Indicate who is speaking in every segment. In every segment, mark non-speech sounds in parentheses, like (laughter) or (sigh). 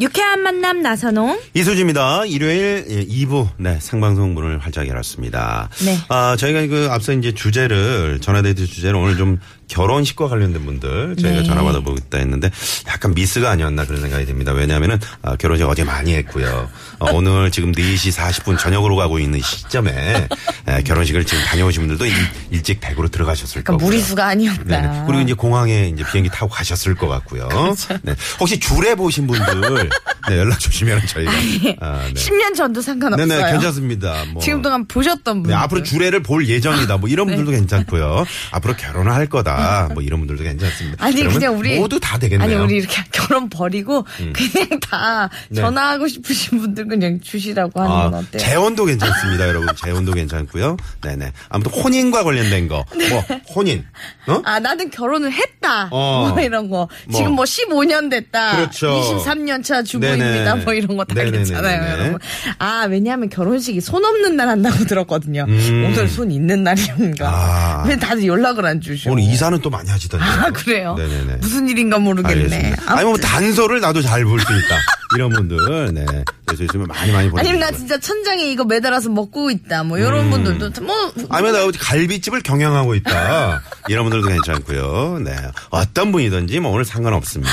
Speaker 1: 유쾌한 만남 나선홍.
Speaker 2: 이수지입니다. 일요일 예, 2부 네 생방송 문을 활짝 열었습니다.
Speaker 1: 네.
Speaker 2: 아 저희가 그 앞서 이제 주제를 전화데이트 주제를 오늘 좀 결혼식과 관련된 분들 저희가
Speaker 1: 네.
Speaker 2: 전화 받아보겠다 했는데 약간 미스가 아니었나 그런 생각이 듭니다. 왜냐하면은 아, 결혼식 어제 많이 했고요. 어, 오늘 지금 4시 40분 저녁으로 가고 있는 시점에 예, 결혼식을 지금 다녀오신 분들도 일, 일찍 대구로 들어가셨을
Speaker 1: 그러니까
Speaker 2: 거고요.
Speaker 1: 무리수가 아니었다.
Speaker 2: 네네. 그리고 이제 공항에 이제 비행기 타고 가셨을 것 같고요.
Speaker 1: 그렇죠.
Speaker 2: 네. 혹시 줄에 보신 분들 네, 연락 주시면 저희가
Speaker 1: 예.
Speaker 2: 아, 네.
Speaker 1: 10년 전도 상관없어요.
Speaker 2: 네네 괜찮습니다. 뭐.
Speaker 1: 지금 동안 네. 보셨던 분.
Speaker 2: 네, 앞으로 주례를 볼 예정이다. 뭐 이런
Speaker 1: (laughs)
Speaker 2: 분들도 괜찮고요. 앞으로 결혼을 할 거다. 뭐 이런 분들도 괜찮습니다.
Speaker 1: 아니
Speaker 2: 그러면
Speaker 1: 그냥 우리
Speaker 2: 모두 다 되겠네요. 음.
Speaker 1: 아니 우리 이렇게 (laughs) 결혼 버리고 그냥 다
Speaker 2: 네.
Speaker 1: 전화하고 싶으신 분들 그냥 주시라고 하는 건
Speaker 2: 아,
Speaker 1: 어때요?
Speaker 2: 재혼도 괜찮습니다, 여러분. 재혼도 괜찮고요. 네네. 아무튼 혼인과 관련된 거. 뭐 혼인. 어?
Speaker 1: 네. 아 나는 결혼을 했다.
Speaker 2: 어.
Speaker 1: 뭐 이런 거.
Speaker 2: 뭐.
Speaker 1: 지금 뭐 15년 됐다.
Speaker 2: 그렇죠.
Speaker 1: 23년 차 주부입니다.
Speaker 2: 네네.
Speaker 1: 뭐 이런 거 다
Speaker 2: 네네네네네.
Speaker 1: 그랬잖아요, 여러분. 아 왜냐하면 결혼식이 손 없는 날 한다고 들었거든요. 오늘 손 있는 날이온가.
Speaker 2: 음. 아.
Speaker 1: 왜 다들 연락을 안 주셔?
Speaker 2: 오늘 이사는 또 많이 하시던데요.
Speaker 1: 아 그래요?
Speaker 2: 네네네.
Speaker 1: 무슨 일인가 모르겠네.
Speaker 2: 알겠습니다. 아니 뭐 단서를 나도 잘 볼 수 있다. 이런 분들, 네. 그래서 요즘에 많이 많이 보내.
Speaker 1: 아니면 나 진짜 천장에 이거 매달아서 먹고 있다. 뭐
Speaker 2: 음.
Speaker 1: 이런 분들도 뭐
Speaker 2: 아니면 나 갈비집을 경영하고 있다. 이런 분들도 괜찮고요. 네. 어떤 분이든지 뭐 오늘 상관없습니다.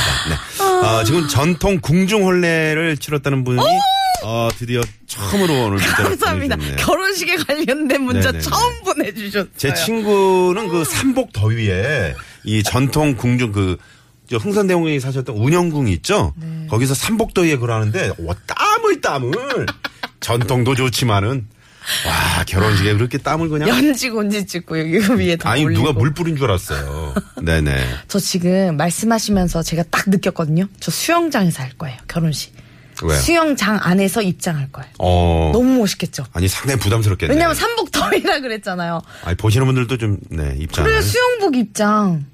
Speaker 2: 네. 어, 지금 전통 궁중혼례를 치렀다는 분이 어, 드디어 처음으로
Speaker 1: (laughs)
Speaker 2: 오늘 문자를
Speaker 1: 감사합니다.
Speaker 2: 보내주셨네요.
Speaker 1: 결혼식에 관련된 문자
Speaker 2: 아, 네네네.
Speaker 1: 처음 보내주셨어요.
Speaker 2: 제 친구는 그 삼복 더위에 이 전통 궁중 그 저 흥선대공이 사셨던 운영궁 있죠?
Speaker 1: 네.
Speaker 2: 거기서 삼복 더위에 그러는데 와, 땀을 땀을 전통도 좋지만은 와 결혼식에 그렇게 땀을 그냥
Speaker 1: 연지 곤지 찍고 여기 위에 다
Speaker 2: 아니
Speaker 1: 그 올리고.
Speaker 2: 누가 물 뿌린 줄
Speaker 1: (laughs)
Speaker 2: 알았어요. 네네.
Speaker 1: 저 지금 말씀하시면서 제가 딱 느꼈거든요. 저 수영장에서 할 거예요. 결혼식.
Speaker 2: 왜요?
Speaker 1: 수영장 안에서 입장할 거예요.
Speaker 2: 어
Speaker 1: 너무 멋있겠죠.
Speaker 2: 아니 상당히 부담스럽겠네요.
Speaker 1: 왜냐면 삼복 더위라 그랬잖아요.
Speaker 2: 아니 보시는 분들도 좀네 입장.
Speaker 1: 그래 수영복 입장.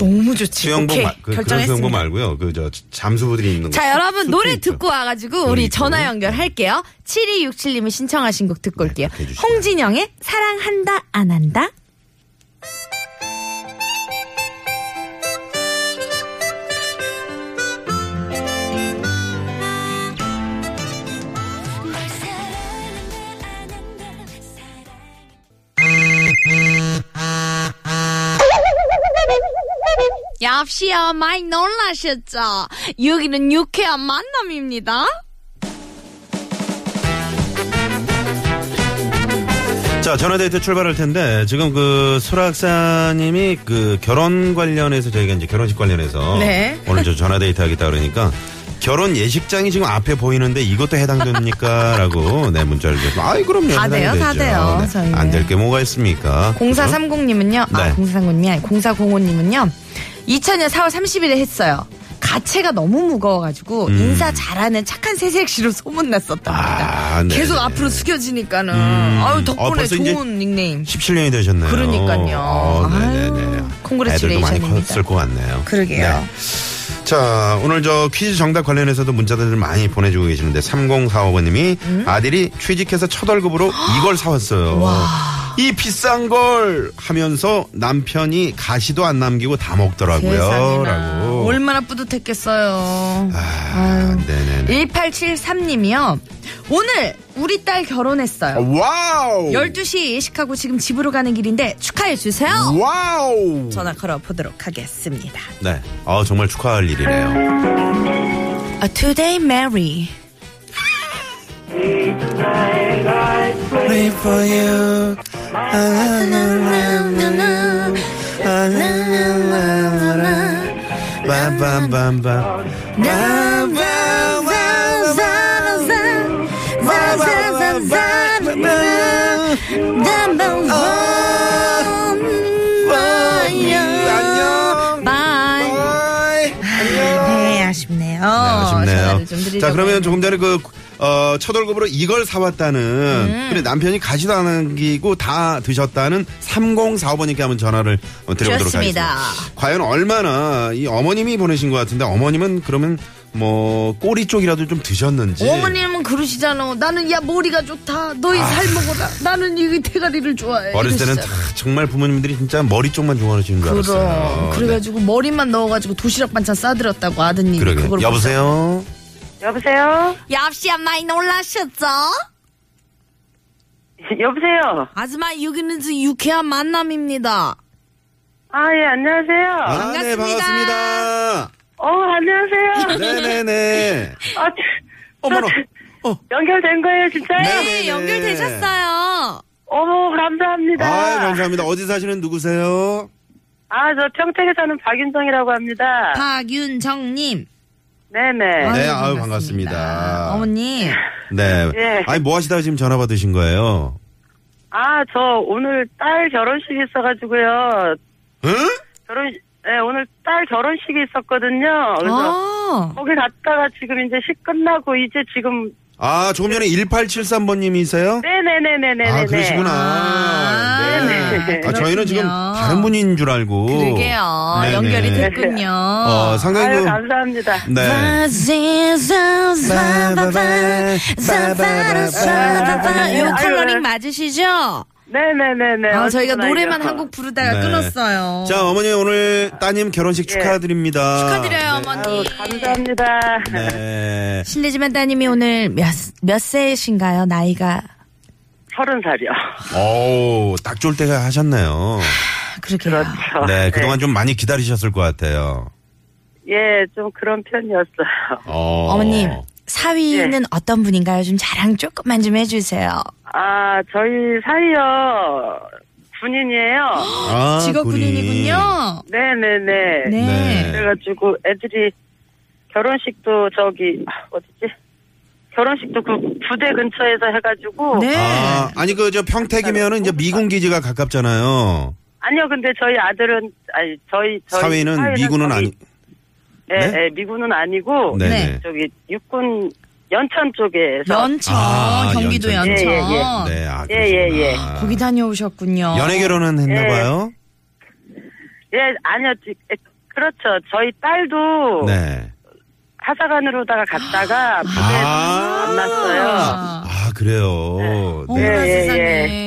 Speaker 1: 너무 좋지.
Speaker 2: 수영복
Speaker 1: 오케이.
Speaker 2: 마- 그, 그런
Speaker 1: 결정했습니다.
Speaker 2: 수영복 말고요. 그 저 잠수부들이 있는 거.
Speaker 3: 자, 여러분,
Speaker 2: 수트
Speaker 3: 노래
Speaker 2: 있죠.
Speaker 3: 듣고 와가지고
Speaker 2: 노래
Speaker 3: 우리
Speaker 2: 있고.
Speaker 3: 전화 연결할게요. 7267님이 신청하신 곡 듣고
Speaker 2: 네,
Speaker 3: 올게요.
Speaker 2: 그렇게 해주시면.
Speaker 3: 홍진영의 사랑한다, 안 한다. 역시요, 많이 놀라셨죠? 여기는 유쾌한 만남입니다.
Speaker 2: 자, 전화데이트 출발할 텐데 지금 그 수락사님이 그 결혼 관련해서 저희가 이제 결혼식 관련해서
Speaker 1: 네.
Speaker 2: 오늘 저 전화데이트 하겠다 그러니까 결혼 예식장이 지금 앞에 보이는데 이것도 해당됩니까라고 네 문자를 주셨어요. 아이 그럼요.
Speaker 1: 다 돼요,
Speaker 2: 해당이
Speaker 1: 다
Speaker 2: 되죠. 네.
Speaker 1: 돼요, 저희는.
Speaker 2: 안될 게 뭐가 있습니까?
Speaker 1: 0430님은요.
Speaker 2: 네.
Speaker 1: 아, 0430님이 아니 0405님은요. 2000년 4월 30일에 했어요. 가채가 너무 무거워가지고
Speaker 2: 음.
Speaker 1: 인사 잘하는 착한 새색시로 소문났었답니다.
Speaker 2: 아, 네,
Speaker 1: 계속
Speaker 2: 네.
Speaker 1: 앞으로 숙여지니까는 아유
Speaker 2: 어,
Speaker 1: 덕분에
Speaker 2: 벌써 이제
Speaker 1: 좋은 닉네임.
Speaker 2: 17년이 되셨네요.
Speaker 1: 그러니까요.
Speaker 2: 어, 네네네.
Speaker 1: 아유, 콩그레츄레이션입니다.
Speaker 2: 애들도 많이 컸을 것 같네요.
Speaker 1: 그러게요.
Speaker 2: 자, 오늘 저 퀴즈 정답 관련해서도 문자들을 많이 보내주고 계시는데 3045번님이
Speaker 1: 음?
Speaker 2: 아들이 취직해서 첫
Speaker 1: (gasps)
Speaker 2: 월급으로 이걸 사왔어요. 이 비싼 걸 하면서 남편이 가시도 안 남기고 다 먹더라고요.
Speaker 1: 세상에나.
Speaker 2: 라고.
Speaker 1: 얼마나 뿌듯했겠어요.
Speaker 2: 아, 네네네.
Speaker 1: 1873님이요. 오늘 우리 딸 결혼했어요.
Speaker 2: 와우!
Speaker 1: 12시에 예식하고 지금 집으로 가는 길인데 축하해주세요.
Speaker 2: 와우!
Speaker 1: 전화 걸어보도록 하겠습니다.
Speaker 2: 네. 아, 정말 축하할 일이네요.
Speaker 1: A 아, Today Mary.
Speaker 4: Wait for you.
Speaker 2: 빰빰빰빰. 아.
Speaker 1: 아,
Speaker 5: 아쉽네요.
Speaker 2: 아쉽네요.
Speaker 5: 전화를 좀 드리려고
Speaker 2: 자, 그러면 조금 전에 그, 어, 첫월급으로 이걸 사왔다는,
Speaker 5: 음.
Speaker 2: 근데 남편이 가지도 않기고 다 드셨다는 3045번님께 한번 전화를 어, 드려보도록
Speaker 5: 좋습니다.
Speaker 2: 하겠습니다. 과연 얼마나 이 어머님이 보내신 것 같은데 어머님은 그러면 뭐 꼬리 쪽이라도 좀 드셨는지.
Speaker 5: 어머님은 그러시잖아. 나는 야 머리가 좋다. 너희 살 먹어라. 나는 이 대가리를 좋아해.
Speaker 2: 아. 어렸을 때는
Speaker 5: 이러시잖아.
Speaker 2: 다 정말 부모님들이 진짜 머리 쪽만 좋아하시는 줄 알았어요. 네.
Speaker 5: 그럼 그래가지고 머리만 넣어가지고 도시락 반찬 싸드렸다고 아드님.
Speaker 2: 그러게. 여보세요?
Speaker 6: 여보세요? (laughs)
Speaker 1: 역시 많이 놀라셨죠?
Speaker 6: 여보세요?
Speaker 1: 아줌마 여기는 저 유쾌한 만남입니다.
Speaker 6: 아, 예, 안녕하세요.
Speaker 2: 아, 네, 반갑습니다.
Speaker 6: 어, 안녕하세요.
Speaker 2: 네네네.
Speaker 6: 아, 저-
Speaker 2: 어머나.
Speaker 5: (laughs)
Speaker 2: 어.
Speaker 6: 연결된 거예요, 진짜요?
Speaker 2: 네네네.
Speaker 1: 연결되셨어요.
Speaker 6: 어머, 감사합니다.
Speaker 2: 아, 감사합니다. 어디 사시는 누구세요?
Speaker 6: 아, 저 평택에 사는 박윤정이라고 합니다.
Speaker 1: 아. 박윤정님.
Speaker 6: 네네.
Speaker 2: 네,
Speaker 1: 아유,
Speaker 2: 아유,
Speaker 1: 반갑습니다.
Speaker 2: 반갑습니다.
Speaker 1: 어머님.
Speaker 2: 네.
Speaker 6: 예.
Speaker 2: 아니, 뭐 하시다가 지금 전화 받으신 거예요?
Speaker 6: 아, 저 오늘 딸 결혼식이 있어가지고요.
Speaker 2: 응?
Speaker 6: 결혼, 네, 오늘 딸 결혼식이 있었거든요. 그래서
Speaker 1: 어.
Speaker 6: 거기 갔다가 지금 이제 식 끝나고 이제 지금.
Speaker 2: 아, 조금 전에 1873번님이세요?
Speaker 6: 네네네네네네.
Speaker 2: 아, 그러시구나.
Speaker 1: 아,
Speaker 2: 네. 아,
Speaker 6: 그렇군요.
Speaker 2: 저희는 지금 다른 분인 줄 알고.
Speaker 1: 그러게요.
Speaker 2: 네네.
Speaker 1: 연결이 됐군요.
Speaker 2: 어, 상당히
Speaker 6: 아유,
Speaker 2: 그-
Speaker 6: 감사합니다.
Speaker 2: 네.
Speaker 1: 요 컬러링
Speaker 6: 아유.
Speaker 1: 맞으시죠?
Speaker 6: 네네네네.
Speaker 1: 아, 저희가
Speaker 6: 어쨌든
Speaker 1: 노래만
Speaker 6: 알겠어.
Speaker 1: 한 곡 부르다가
Speaker 2: 네.
Speaker 1: 끊었어요.
Speaker 2: 자, 어머니 오늘 따님 결혼식 축하드립니다.
Speaker 1: 축하드려요,
Speaker 6: 아유,
Speaker 1: 어머니.
Speaker 6: 감사합니다.
Speaker 2: 예. 네.
Speaker 1: 실례지만 따님이 오늘 몇, 몇 세이신가요, 나이가?
Speaker 6: 서른 살이요.
Speaker 2: 어우, 딱 좋을 때가 하셨네요.
Speaker 1: 그러게요.
Speaker 2: (laughs)
Speaker 6: 저,
Speaker 2: 네, 그동안 좀 많이 기다리셨을 것 같아요.
Speaker 6: 예, 좀 그런 편이었어요.
Speaker 2: 어.
Speaker 1: 어머님, 사위는 어떤 분인가요? 좀 자랑 조금만 좀 해주세요.
Speaker 6: 아, 저희 사이요.
Speaker 2: (gasps)
Speaker 6: 군인이에요.
Speaker 2: 아,
Speaker 1: 직업
Speaker 2: 군인.
Speaker 1: 군인이군요.
Speaker 6: 네네네.
Speaker 1: 네.
Speaker 2: 네.
Speaker 6: 그래가지고 애들이 결혼식도 저기, 아, 어디지? 결혼식도 그 부대 근처에서 해가지고.
Speaker 1: 네.
Speaker 2: 아, 아니 그 저 평택이면은
Speaker 6: 네.
Speaker 2: 이제 미군 기지가 가깝잖아요.
Speaker 6: 아니요, 근데 저희 아들은, 아니, 저희, 저희.
Speaker 2: 사회는 미군은
Speaker 6: 저희-
Speaker 2: 아니.
Speaker 6: 예,
Speaker 2: 네?
Speaker 6: 예, 미군은 아니고.
Speaker 2: 네.
Speaker 1: 네.
Speaker 2: 네.
Speaker 6: 저기 육군 연천 쪽에서.
Speaker 1: 연천,
Speaker 2: 아,
Speaker 1: 경기도 연천.
Speaker 2: 연천.
Speaker 6: 예, 예,
Speaker 2: 네, 아,
Speaker 6: 예, 예, 예.
Speaker 2: 그러시구나.
Speaker 1: 거기 다녀오셨군요.
Speaker 2: 연애 결혼은 했나 봐요.
Speaker 6: 예, 아니요. 지- 에, 그렇죠. 저희 딸도
Speaker 2: 네.
Speaker 6: 하사관으로다가 갔다가 부대에서
Speaker 2: 아.
Speaker 6: 만났어요.
Speaker 2: 아, 그래요.
Speaker 1: 어머나
Speaker 2: 네.
Speaker 6: 예, 예,
Speaker 1: 세상에.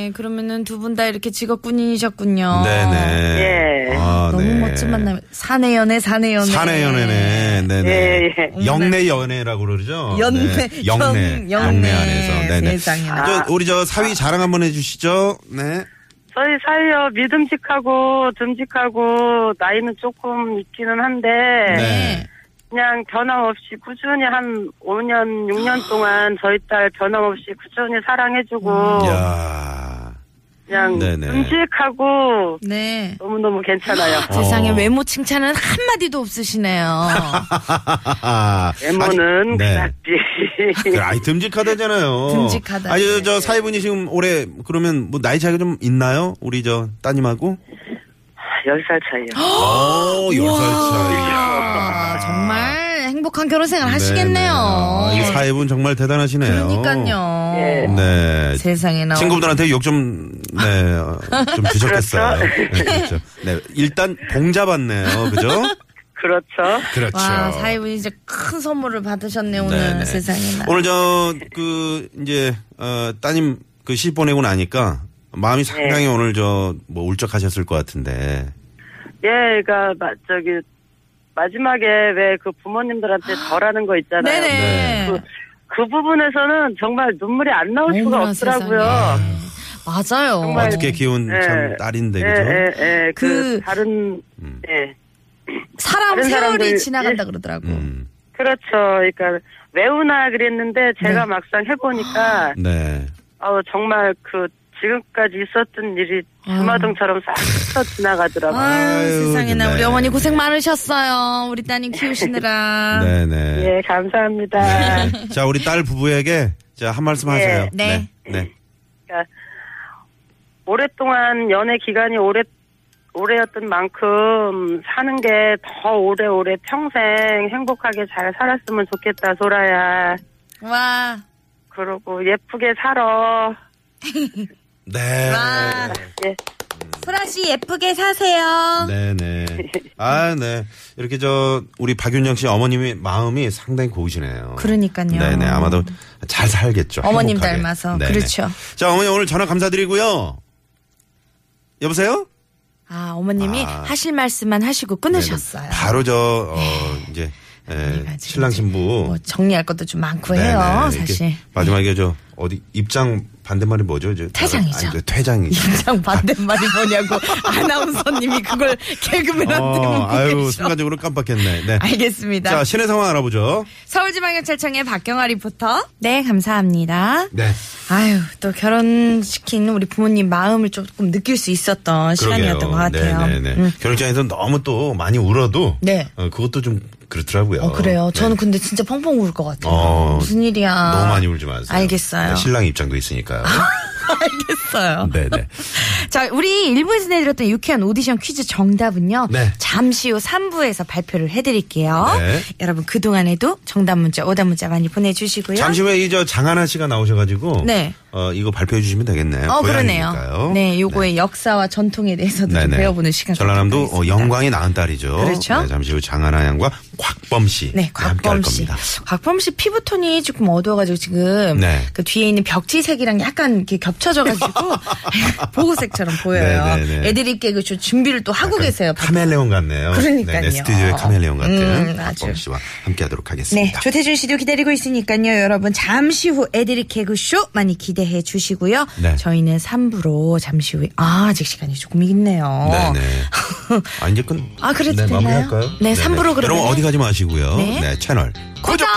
Speaker 6: 예.
Speaker 1: 그러면은 두 분 다 이렇게 직업 군인이셨군요.
Speaker 2: 네, 네.
Speaker 6: 예.
Speaker 2: 아,
Speaker 1: 너무
Speaker 2: 네.
Speaker 1: 멋진 만남. 사내 연애, 사내 연애.
Speaker 2: 사내 연애네. 네, 네.
Speaker 6: 예,
Speaker 2: 영내 연애라고 그러죠.
Speaker 1: 연내,
Speaker 2: 네. 영내.
Speaker 1: 영- 영내.
Speaker 2: 영내 안에서. 네, 네.
Speaker 1: 세상에나.
Speaker 2: 저, 우리 저 사위 자랑 한번 해 주시죠. 네.
Speaker 6: 저희 사이요 믿음직하고 듬직하고 나이는 조금 있기는 한데
Speaker 2: 네.
Speaker 6: 그냥 변함없이 꾸준히 한 5년 6년 동안 저희 딸 변함없이 꾸준히 사랑해주고
Speaker 2: 야.
Speaker 6: 그냥
Speaker 2: 음, 네네.
Speaker 6: 듬직하고
Speaker 1: 네.
Speaker 6: 너무 너무 괜찮아요.
Speaker 2: 어.
Speaker 1: 세상에 외모 칭찬은 한마디도
Speaker 2: (laughs)
Speaker 1: 없으시네요.
Speaker 6: 외모는
Speaker 2: 아니, 네.
Speaker 6: 그닥지. (laughs)
Speaker 2: 그래, 아이 듬직하다잖아요.
Speaker 1: 듬직하다. 네.
Speaker 2: 아니 저, 저 사위분이 지금 올해 그러면 뭐 나이 차이가 좀 있나요? 우리 저 따님하고?
Speaker 6: 10살 차이요.
Speaker 2: 오, 열살 네,
Speaker 1: 아, 정말 행복한 결혼 생활 하시겠네요.
Speaker 2: 아, 이 사위분 정말 대단하시네요.
Speaker 1: 그러니까요.
Speaker 6: 예.
Speaker 2: 네.
Speaker 1: 세상에나.
Speaker 2: 친구분들한테 욕 좀
Speaker 1: (laughs)
Speaker 2: 네, 어, 좀 드셨겠어요. 네, 그렇죠. 네, 일단 봉잡았네요. 그죠?
Speaker 6: 그렇죠.
Speaker 2: 그렇죠.
Speaker 1: 와, 사이분이 이제 큰 선물을 받으셨네요, 오늘.
Speaker 2: 네, 네.
Speaker 1: 세상에나.
Speaker 2: 오늘 저 그 이제 어, 따님 그 시집 보내고 나니까 마음이 상당히 오늘 저 뭐 울적하셨을 것 같은데.
Speaker 6: 예, 그러니까 마, 저기 마지막에 왜 그 부모님들한테 절하는 거 있잖아요.
Speaker 1: 네네.
Speaker 2: 네.
Speaker 6: 그 부분에서는 정말 눈물이 안 나올 수가
Speaker 1: 어머나
Speaker 6: 없더라고요.
Speaker 2: 아,
Speaker 1: 세상에. 맞아요.
Speaker 6: 정말
Speaker 2: 어떻게 키운
Speaker 6: 예.
Speaker 2: 참 딸인데
Speaker 6: 예,
Speaker 2: 네, 그죠? 음.
Speaker 6: 예, 예. 그,
Speaker 1: 그-
Speaker 6: 다른 예.
Speaker 1: 사람
Speaker 6: 다른
Speaker 1: 세월이
Speaker 6: 사람들- 예?
Speaker 1: 지나간다 그러더라고.
Speaker 2: 음,
Speaker 6: 그렇죠. 그러니까 외우나 그랬는데 제가
Speaker 1: 네.
Speaker 6: 막상 해 보니까
Speaker 2: 네.
Speaker 6: 어 정말 그 지금까지 있었던 일이 주마등처럼 싹 스쳐 지나가더라고요.
Speaker 1: 아유,
Speaker 2: 아유,
Speaker 1: 세상에나
Speaker 2: 네.
Speaker 1: 우리 어머니 고생 많으셨어요. 우리 따님 키우시느라.
Speaker 2: (laughs) 네, 네.
Speaker 6: 예, 감사합니다.
Speaker 2: 자, 우리 딸 부부에게 자, 한 말씀 하세요.
Speaker 1: 예. 네.
Speaker 2: 네.
Speaker 6: 오랫동안 연애 기간이 오래 올해였던 만큼 사는 게 더 오래오래 평생 행복하게 잘 살았으면 좋겠다, 소라야.
Speaker 1: 와.
Speaker 6: 그러고 예쁘게 살아.
Speaker 2: 네.
Speaker 1: 와.
Speaker 6: 예.
Speaker 3: 소라 씨 예쁘게 사세요.
Speaker 2: 네네. 아, 네. 이렇게 저, 우리 박윤영 씨 어머님의 마음이 상당히 고우시네요.
Speaker 1: 그러니까요.
Speaker 2: 네네. 아마도 잘 살겠죠.
Speaker 1: 어머님
Speaker 2: 행복하게. 네,
Speaker 1: 닮아서. 그렇죠.
Speaker 2: 자, 어머니 오늘 전화 감사드리고요. 여보세요?
Speaker 1: 아, 어머님이
Speaker 2: 아.
Speaker 1: 하실 말씀만 하시고 끊으셨어요. 네.
Speaker 2: 네네. 바로 저, 어, 이제, 예,
Speaker 1: 언니가 지금
Speaker 2: 신랑 신부.
Speaker 1: 뭐 정리할 것도 좀 많고
Speaker 2: 네네.
Speaker 1: 해요,
Speaker 2: 이렇게
Speaker 1: 사실. (laughs) 네.
Speaker 2: 마지막에 저, 어디, 입장 반대말이 뭐죠? 이제
Speaker 1: 퇴장이죠.
Speaker 2: 아니, 퇴장이.
Speaker 1: 입장 반대말이 뭐냐고 (laughs)
Speaker 2: (laughs)
Speaker 1: 아나운서님이 그걸 개그맨한테
Speaker 2: 어,
Speaker 1: 묻고
Speaker 2: 아유,
Speaker 1: 계셔.
Speaker 2: 순간적으로 깜빡했네. 네.
Speaker 1: 알겠습니다.
Speaker 2: 자, 시내 상황 알아보죠.
Speaker 1: 서울지방경찰청의 박경아 리포터. 네, 감사합니다.
Speaker 2: 네.
Speaker 1: 아유, 또 결혼시킨 우리 부모님 마음을 조금 느낄 수 있었던 시간이었던 것 같아요. 음.
Speaker 2: 네네네. 결혼장에서 너무 또 많이 울어도
Speaker 1: 네.
Speaker 2: 어, 그것도 좀 그렇더라고요.
Speaker 1: 어, 그래요.
Speaker 2: 네.
Speaker 1: 저는 근데 진짜 펑펑 울 것 같아요.
Speaker 2: 어,
Speaker 1: 무슨 일이야.
Speaker 2: 너무 많이 울지 마세요.
Speaker 1: 알겠어요. 아.
Speaker 2: 네, 신랑 입장도 있으니까요.
Speaker 1: 알겠어요. (laughs)
Speaker 2: 네네.
Speaker 1: 자, 우리 1부에서 내드렸던 유쾌한 오디션 퀴즈 정답은요.
Speaker 2: 네.
Speaker 1: 잠시 후 3부에서 발표를 해드릴게요.
Speaker 2: 네.
Speaker 1: 여러분 그동안에도 정답 문자, 오답 문자 많이 보내주시고요.
Speaker 2: 잠시 후에 이저 장하나 씨가 나오셔가지고
Speaker 1: 네.
Speaker 2: 어 이거 발표해 주시면 되겠네요.
Speaker 1: 어, 그러네요.
Speaker 2: 고향이니까요.
Speaker 1: 네, 요거의 역사와 전통에 대해서도 좀
Speaker 2: 네네.
Speaker 1: 배워보는 시간.
Speaker 2: 전라남도
Speaker 1: 갖도록
Speaker 2: 어,
Speaker 1: 하겠습니다.
Speaker 2: 영광이 낳은 딸이죠.
Speaker 1: 그렇죠.
Speaker 2: 네, 잠시 후 장하나 양과 곽범 씨
Speaker 1: 네,
Speaker 2: 함께 할
Speaker 1: 곽범 씨.
Speaker 2: 겁니다.
Speaker 1: 곽범 씨 피부톤이 조금 어두워가지고 지금
Speaker 2: 네.
Speaker 1: 그 뒤에 있는 벽지색이랑 약간 이렇게
Speaker 2: (laughs)
Speaker 1: 겹쳐져가지고 (laughs) 보호색처럼 보여요.
Speaker 2: 네, 네, 네.
Speaker 1: 애드립 개그 쇼 준비를 또 하고 계세요.
Speaker 2: 카멜레온 같네요.
Speaker 1: 그러니까요.
Speaker 2: 네, 네, 스튜디오의 카멜레온 같은
Speaker 1: 음, 아주.
Speaker 2: 곽범 씨와 함께하도록
Speaker 1: 네,
Speaker 2: 하겠습니다.
Speaker 1: 조태준 씨도 기다리고 있으니까요, 여러분. 잠시 후 애드립 개그쇼 많이 기대해 주시고요.
Speaker 2: 네.
Speaker 1: 저희는 3부로 잠시 후에, 아, 아직 시간이 조금 있네요.
Speaker 2: 네네.
Speaker 1: (laughs)
Speaker 2: 아, 이제 끝.
Speaker 1: 아, 그래도
Speaker 2: 네,
Speaker 1: 되나요?
Speaker 2: 마무리할까요?
Speaker 1: 네, 삼부로 그러면은-
Speaker 2: 여러분 어디 가지 마시고요.
Speaker 1: 네.
Speaker 2: 네 채널
Speaker 1: 고정!